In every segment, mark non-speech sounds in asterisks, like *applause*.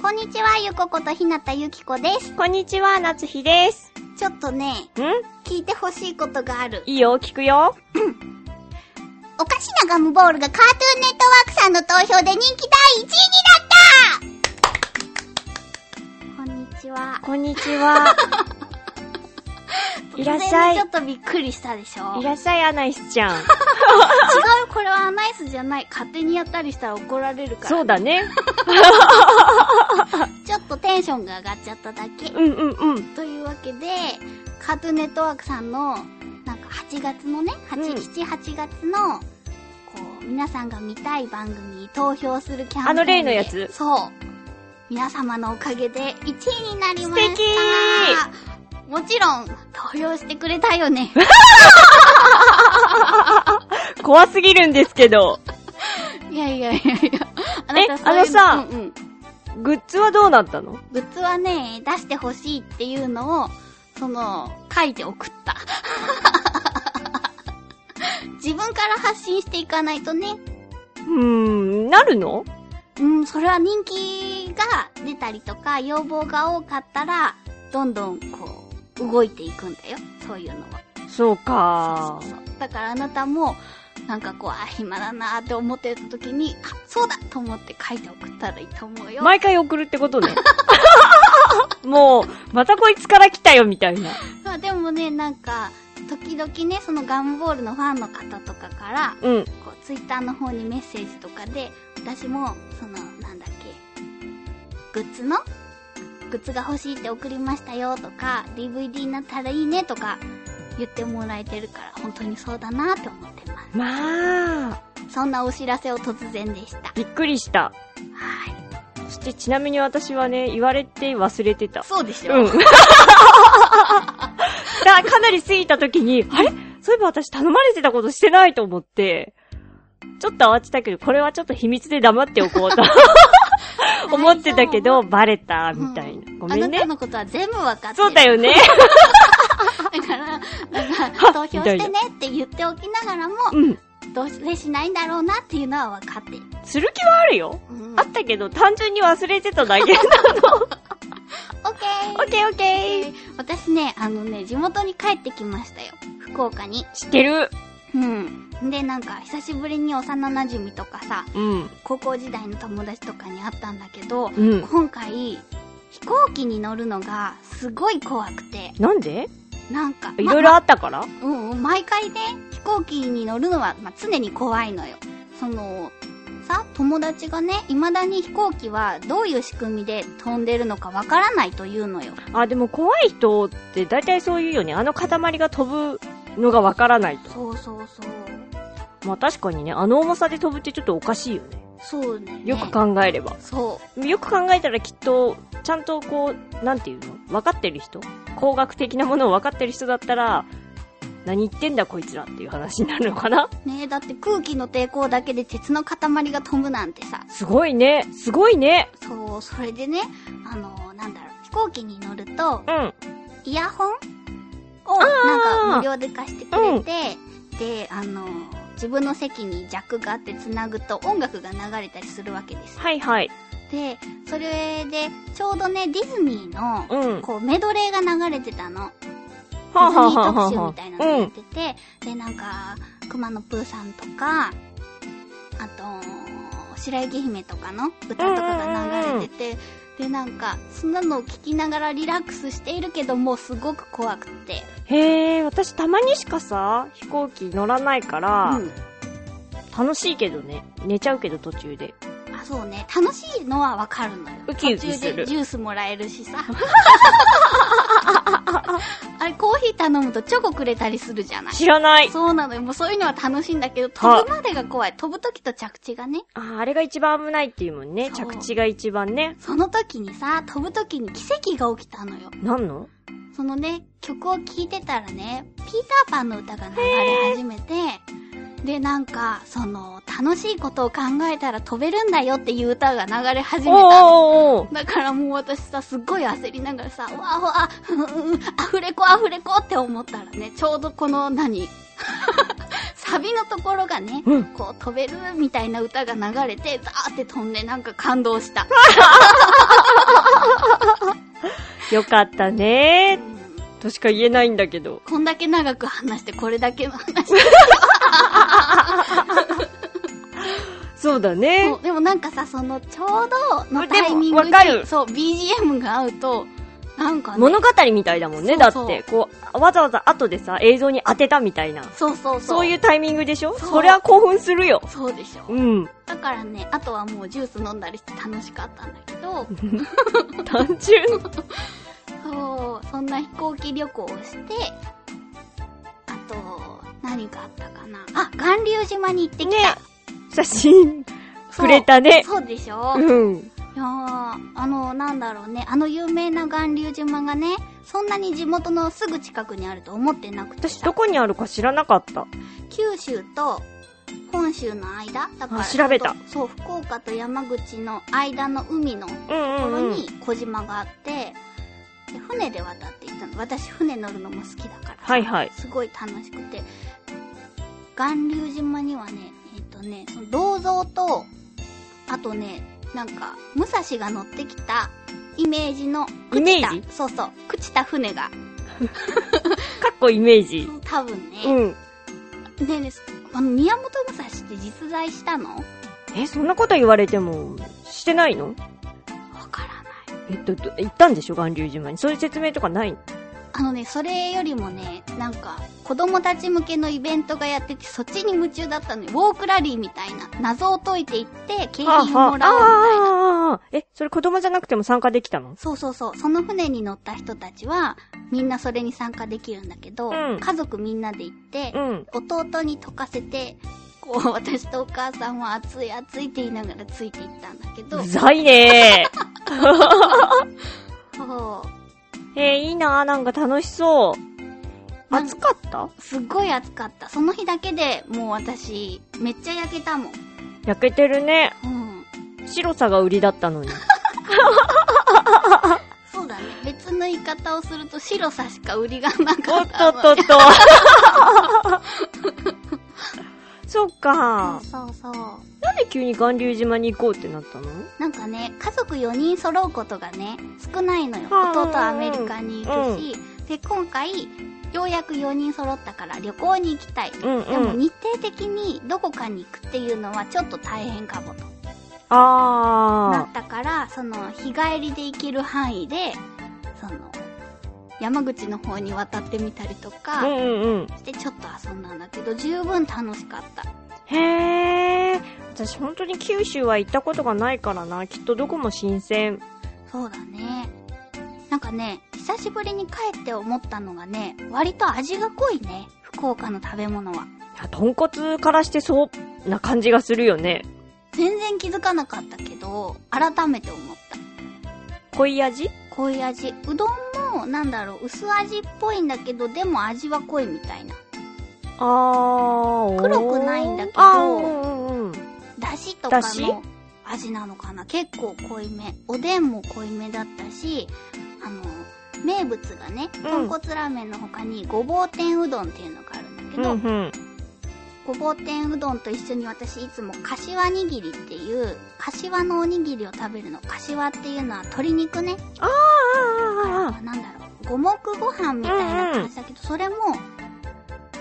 こんにちはゆこことひなたゆきこですこんにちは、夏日です。ちょっとねん聞いてほしいことがあるいいよ、聞くよ。おかしなガムボールがカートゥーンネットワークさんの投票で人気第1位になったこんにちは。こんにち *laughs* は。いらっしゃ突然いちょっとびっくりしたでしょ違いう、らっしゃい、アナイスちゃん。これはアナイスじゃない。勝手にやったりしたら怒られるから。そうだね。ちょっとテンションが上がっちゃっただけ。うんうんうん。というわけで、カートゥーンネットワークさんの、なんか8月のね、うん8、7、8月の、こう、皆さんが見たい番組に投票するキャンペーンで。あの例のやつそう。皆様のおかげで1位になりま素した。もちろん、投票してくれたよね。怖すぎるんですけど。いやいやいやいや。あなたえそういうあのさうんうん。グッズはどうなったのグッズはね、出してほしいっていうのを、その、書いて送った。 *laughs* 自分から発信していかないとね、うーん、なるのうん、それは人気が出たりとか、要望が多かったら、どんどんこう、動いていくんだよ。そういうのそうかは。そうそうそう。だからあなたも、なんかこう、あ、暇だなーって思ってた時に、あ、そうだと思って書いて送ったらいいと思うよ。毎回送るってこと *laughs* ね。もう、またこいつから来たよ、みたいな。まあでもね、なんか、時々ね、そのガムボールのファンの方とかから、うん。こう、ツイッターの方にメッセージとかで、私も、その、なんだっけ、グッズのグッズが欲しいって送りましたよとか、DVD になったらいいねとか、言ってもらえてるから、本当にそうだなって思ってままあ、す。そんなお知らせを突然でした。はびっくりした。い。そしてちなみに私はね、言われて忘れてた。そうでしょ、 *laughs* うん。だかなり過ぎた時に、あれそういえば私頼まれてたことしてないと思って、ちょっと慌てたけど、これはちょっと秘密で黙っておこう *laughs* と *laughs* 思ってたけど、バレた、みたいな。ごあめなんたね。のことは全部わかってる。そうだよ *laughs* ね。だから、なんか、 *laughs* 投票してみたいねって言っておきながらも、うん。どうせしないんだろうなっていうのは分かってる。する気はあるよ。うんあったけど、単純に忘れてただ *laughs* けなの。オッケオッケーオッケーー。私ね、あのね、地元に帰ってきましたよ。福岡に。知ってる。うん。で、なんか、久しぶりに幼馴染とかさ、うん。高校時代の友達とかに会ったんだけど、うん。今回、飛行機に乗るのがすごい怖くて、なんでなんか、いろいろあったからうんうん、毎回ね、飛行機に乗るのは、まあ、常に怖いのよ。その、さ、友達がね、未だに飛行機はどういう仕組みで飛んでるのかわからないというのよ。あ、でも怖い人って大体そういうよね。あの塊が飛ぶのがわからないと。そうそうそう。まあ確かにね、あの重さで飛ぶってちょっとおかしいよね。そうね。よく考えれば。そよく考えたらきっと、ちゃんとこう、なんていうの分かってる人工学的なものを分かってる人だったら、何言ってんだこいつらっていう話になるのかなう。ねだって空気の抵抗だけで鉄の塊が飛ぶなんてさ。すごいね。すごいね。そう、それでね、あの、なんだろう、飛行機に乗ると、うん。イヤホンをなんか無料で貸してくれて、で、あの、自分の席にジャックがあって繋ぐと音楽が流れたりするわけです。はいはい。で、それで、ちょうどね、ディズニーの、うん。はこう、メドレーが流れてたの。ディあズニあー特あ集はみたいなあのうやっん。てて、で、なんか、熊野プーさんとか、あと、白雪姫とかの歌とかが流れてて、で、なんか、そんなのを聞きながらリラックスしているけども、すごく怖くて。へえ、私たまにしかさ、飛行機乗らないから、うん。楽しいけどね。寝ちゃうけど途中で。あ、そうね。楽しいのはわかるのよ。ウキウキする *laughs* 途中でジュースもらえるしさ。あれ、コーヒー頼むととチョコくれたりするじゃない。知らない。そうなのよ。もうそういうのは楽しいんだけど、はい飛ぶまでが怖い。飛ぶ時と着地がね。あーあれが一番危ないっていうもんね。そう着地が一番ね。その時にさ、飛ぶ時に奇跡が起きたのよ。なんのそのね、曲を聴いてたらね、ピーターパンの歌が流れ始めて、で、なんか、その、楽しいことを考えたら飛べるんだよっていう歌が流れ始めおーたの。おーおーだからもう私さ、すっごい焦りながらさ、わあわあ、うんうん、アフレコアフレコって思ったらね、ちょうどこの何 *laughs* サビのところがね、うんこう飛べるみたいな歌が流れて、ザーって飛んでなんか感動した。よかったねとしか言えないんだけど。こんだけ長く話して、これだけの話そうだねそ。うでもなんかさ、その、ちょうどのタイミンでもグわかるに、そう、BGM が合うと、なんかね、物語みたいだもんね。そうそうだって、こう、わざわざ後でさ、映像に当てたみたいな。そうそうそう。。そういううタイミングでしょそうそりゃ興奮するよ。そうでしょ。うん。だからね、あとはもうジュース飲んだりして楽しかったんだけど、単純。そう、そんな飛行機旅行をして、あと、何があったかな。あ、巌流島に行ってきた。ね写真、そうくれたね。そうでしょ、いうん。やーあの、なんだろうね、あの有名な巌流島がね、そんなに地元のすぐ近くにあると思ってなくて私、さど、こにあるか知らなかった。九州と本州の間だからあ調べたそう福岡と山口の間の海のとうんこうろんうんに。小島があって、で船で渡っていったの私船乗るのも好きだからはいはい。すごい楽しくて巌流島にはねえっ、とねその銅像とあとねなんか武蔵が乗ってきたイメージの朽ちたイメーそうそう朽ちた船がかっこイメージ。多分ね、うん。ねえねえあの宮本武蔵って実在したのわえ、そんなこと言われても、してないのからない。えっと、ど行ったんでしょ巌流島に。そういう説明とかないのあのね、それよりもね、なんか、子供たち向けのイベントがやってて、そっちに夢中だったのよ。ウォークラリーみたいな。謎を解いていって、景品をもらおうみたいな。ああ、え、それ子供じゃなくても参加できたのそうそうそう。その船に乗った人たちは、みんなそれに参加できるんだけど、うん家族みんなで行ってう、ん。弟に溶かせて、こう、 *laughs* 私とお母さんは暑い暑いって言いながらついていったんだけどう、ざいね *laughs* そう。ー。えー、いいなー、なんか楽しそう。なん暑かったすっごい暑かった。その日だけでもう私、めっちゃ焼けたもん。焼けてるね。うん。白さが売りだった *laughs* のに。そうだね。別の言い方をすると白さしか売りがなおかっったとわ。っとっと。 *laughs* そっか。そうそうそう。なんで急に巌流島に行こうってなったのなんかね、家族4人揃うことがね、少ないのよ。はあ弟はアメリカにいるし、で、今回、ようやく4人揃ったから旅行に行きたい。うんでもうん。日程的にどこかに行くっていうのはちょっと大変かもとなあったから、その日帰りで行ける範囲で、その、山口の方に渡ってみたりとあ。うか、んうんうん。してちょっと遊んだんだけど、十分楽しかった。へえ。私本当に九州は行ったことがないからな。きっとどこも新鮮。そうだね。なんかね、久しぶりに帰って思ったのがね、割と味が濃いね、福岡の食べ物は。いや豚骨からしてそうな感じがするよね。全然気づかなかったけど、改めて思った。濃い味濃い味。うどんも、なんだろう、薄味っぽいんだけど、でも味は濃いみたいな。あーおー。黒くないんだけどあーうんうんうん。だしとかだしの味なのかな結構濃いめ。おでんも濃いめだったし、あの、名物がね、豚骨ラーメンの他に、ごぼう天うどんっていうのがあるんだけうど、んうん。ごぼう天うどんと一緒に私いつも柏握りっていう、柏のおにぎりを食べるの。柏っていうのは鶏肉ね。あーあーあーあー。なんだろう。五目ご飯みたいな感じだけど、それも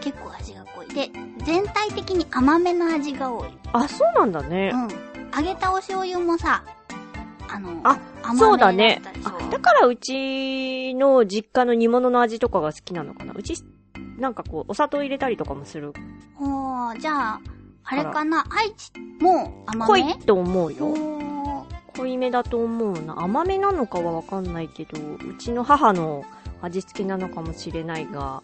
結構味が濃い。で、全体的に甘めの味が多い。あ、そうなんだねう。ん。揚げたお醤油もさ、あの、あ甘めそうだねったり。そうあだからうちの実家の煮物の味とかが好きなのかな。うち、なんかこう、お砂糖入れたりとかもする。ほー、じゃあ、あれかな、愛知も甘濃めいと思うよ。ほー濃いめだと思うな。甘めなのかはわかんないけど、うちの母の味付けなのかもしれないが、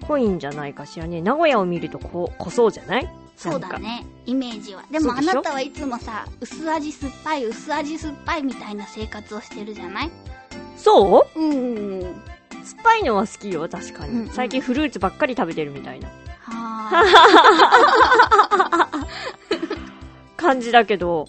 ぽいんじゃないかしらね。名古屋を見るとこ、濃そうじゃないそうだ。ね。イメージは。でもそあうでしょなたはいつもさ、薄味酸っぱい、薄味酸っぱいみたいな生活をしてるじゃないなんかそううんうんうん。酸っぱいのは好きよ、確かに。うんうん最近フルーツばっかり食べてるみたいな *laughs* は感じだけど、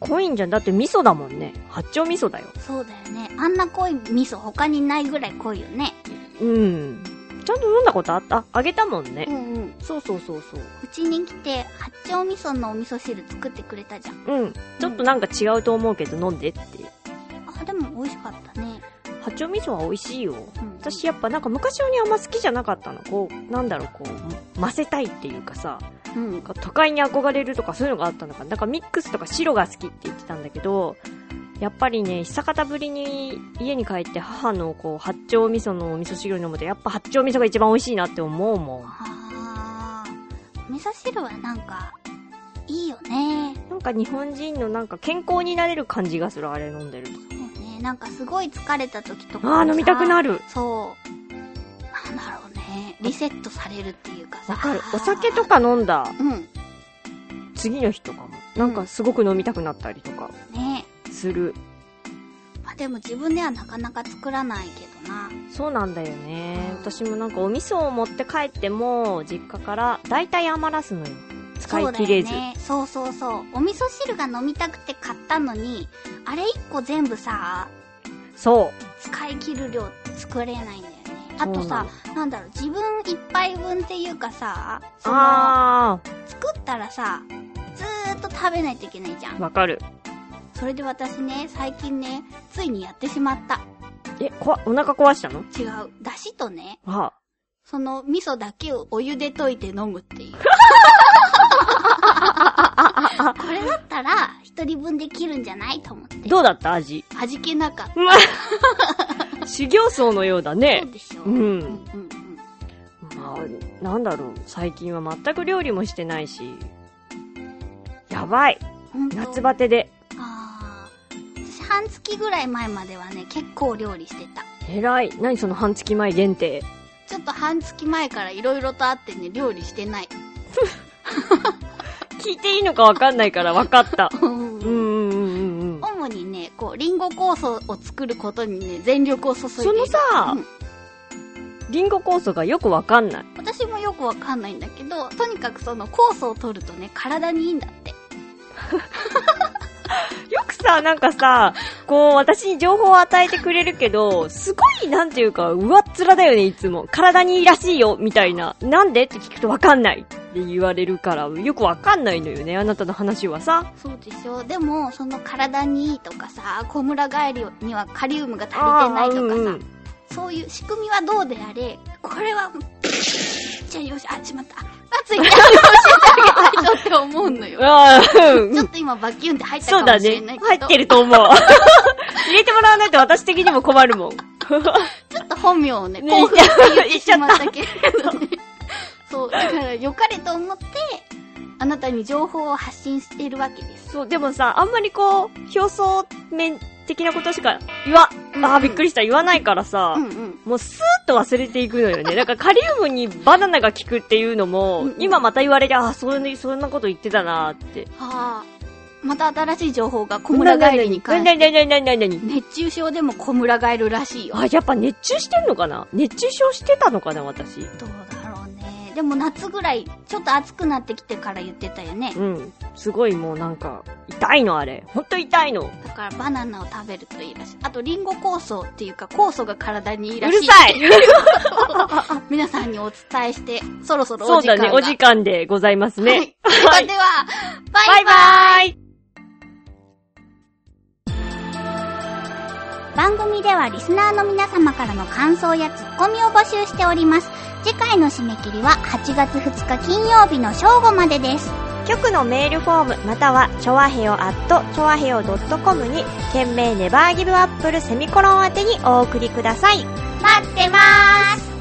濃いんじゃん。だって味噌だもんね。八丁味噌だよ。あ。そうだよね。あんな濃い味噌他にないぐらい濃いよね。うん。ちゃんと飲んだことあったあげたもんね。んうん。そうそうそうそう。うちに来て、八丁味噌のお味噌汁作ってくれたじゃん。うん。ちょっとなんか違うと思うけど飲んでって。あ、でも美味しかったね。八丁味噌は美味しいよ。うん、私やっぱなんか昔よりあんま好きじゃなかったの。こう、なんだろう、こう、混ぜたいっていうかさ、うんなん。か都会に憧れるとかそういうのがあったのかな。なんかミックスとか白が好きって言ってたんだけど、やっぱりね、久方ぶりに家に帰って母のこう、八丁味噌のお味噌汁を飲むと、やっぱ八丁味噌が一番美味しいなって思うもん。あー。味噌汁はなんか、いいよね。なんか日本人のなんか健康になれる感じがする、あれ飲んでると。そうね。なんかすごい疲れた時とかあもーさ飲みたくなる。そう。なんだろうね。リセットされるっていうかさ。わかる。お酒と。か飲んだうん。次の日とかも、なんかすごく飲みたくなったりとかねする。まあでも自分ではなかなか作らないけどな。そうなんだよねうん。私もなんかお味噌を持って帰っても、実家から大体余らすのよ。使い切れず。そうだよね。そうそうそう。お味噌汁が飲みたくて買ったのに、あれ一個全部さ、そう。使い切る量作れないんだよね。あとそうなさの、なんだろう、自分一杯分っていうかさ、その、あ作ったらさ、ずーっと食べないといけないじゃー、ん。わかる。それで私ね、最近ね、ついにやってしまった。え、こわ、お腹壊したの違う。だしとね、あその味噌だけをお湯で溶いて飲むって *laughs* いう。これだったら、一人分で切るんじゃないと思って。どうだった味。弾けなかった。 *laughs* 修行僧のようだねそう。でしょ。うんうんうんまあ、なんだろう。最近は全く料理もしてないし。やばい。うん。夏あバテで。あー。私、半月ぐらい前まではね、結構料理してた。偉い。何その半月前限定。ちょっと半月前から色々とあってね、料理してない。聞いていいのかわかんないからわかった。うんうんうんうんうんうん。主にね、こう、リンゴ酵素を作ることにね、全力を注いでいる。そのさうん、リンゴ酵素がよくわかんない。私もよくわかんないんだけど、とにかくその酵素を取るとね、体にいいんだって。よくさ、なんかさ、こう、私に情報を与えてくれるけど、すごい、なんていうか、上っ面だよね、いつも。体にいいらしいよ、みたいな。なんでって聞くとわかんないって言われるから、よくわかんないのよね、あなたの話はさ。そうでしょでも、その体にいいとかさ、小村帰りにはカリウムが足りてないとかさ、あーうんうんそういう仕組みはどうであれ、これは、じゃあよし、あ、しまった。あ、ついて教えてあげないとって思うのよ。あーうんちょっと今バキュンって入ったそかうだもしれねないけ。ど、入ってると思う。入れてもらわないと私的にも困るもん。 *laughs* ちょっと本名をね、ね興奮して言ってしま *laughs* ったけれどね。そう、だから良かれと思って、あなたに情報を発信しているわけです。そう、でもさ、あんまりこう、表層面的なことしか言わ、あーびっくりした、言わないからさ、うんうん。もうスーッと忘れていくのよね。だからカリウムにバナナが効くっていうのも、うん今また言われて、あー、そんな、そんなこと言ってたなーって。はあ。また新しい情報が小村ガエルに関しなて。になになになになになに熱中症でも小村ガエルらしいよ。あ、やっぱ熱中してんのかな熱中症してたのかな、私。どうだろうね。でも夏ぐらい、ちょっと暑くなってきてから言ってたよねう。ん。すごいもうなんか、痛いの、あれ。ほんと痛いの。だからバナナを食べるといいらしい。あとリンゴ酵素っていうか酵素が体にいいうらるしい。さ *laughs* い *laughs* 皆さんにお伝えして、そろそろそおう時間だが。ね、お時間でございますね。はい。では、バイババイイバーイ番組ではリスナーの皆様からの感想やツッコミを募集しております。次回の締め切りは8月2日金曜日の正午までです。局のメールフォームまたはチョアヘオアットチョアヘオ .com に件名ネバーギブアップルセミコロン宛てにお送りください待ってまーす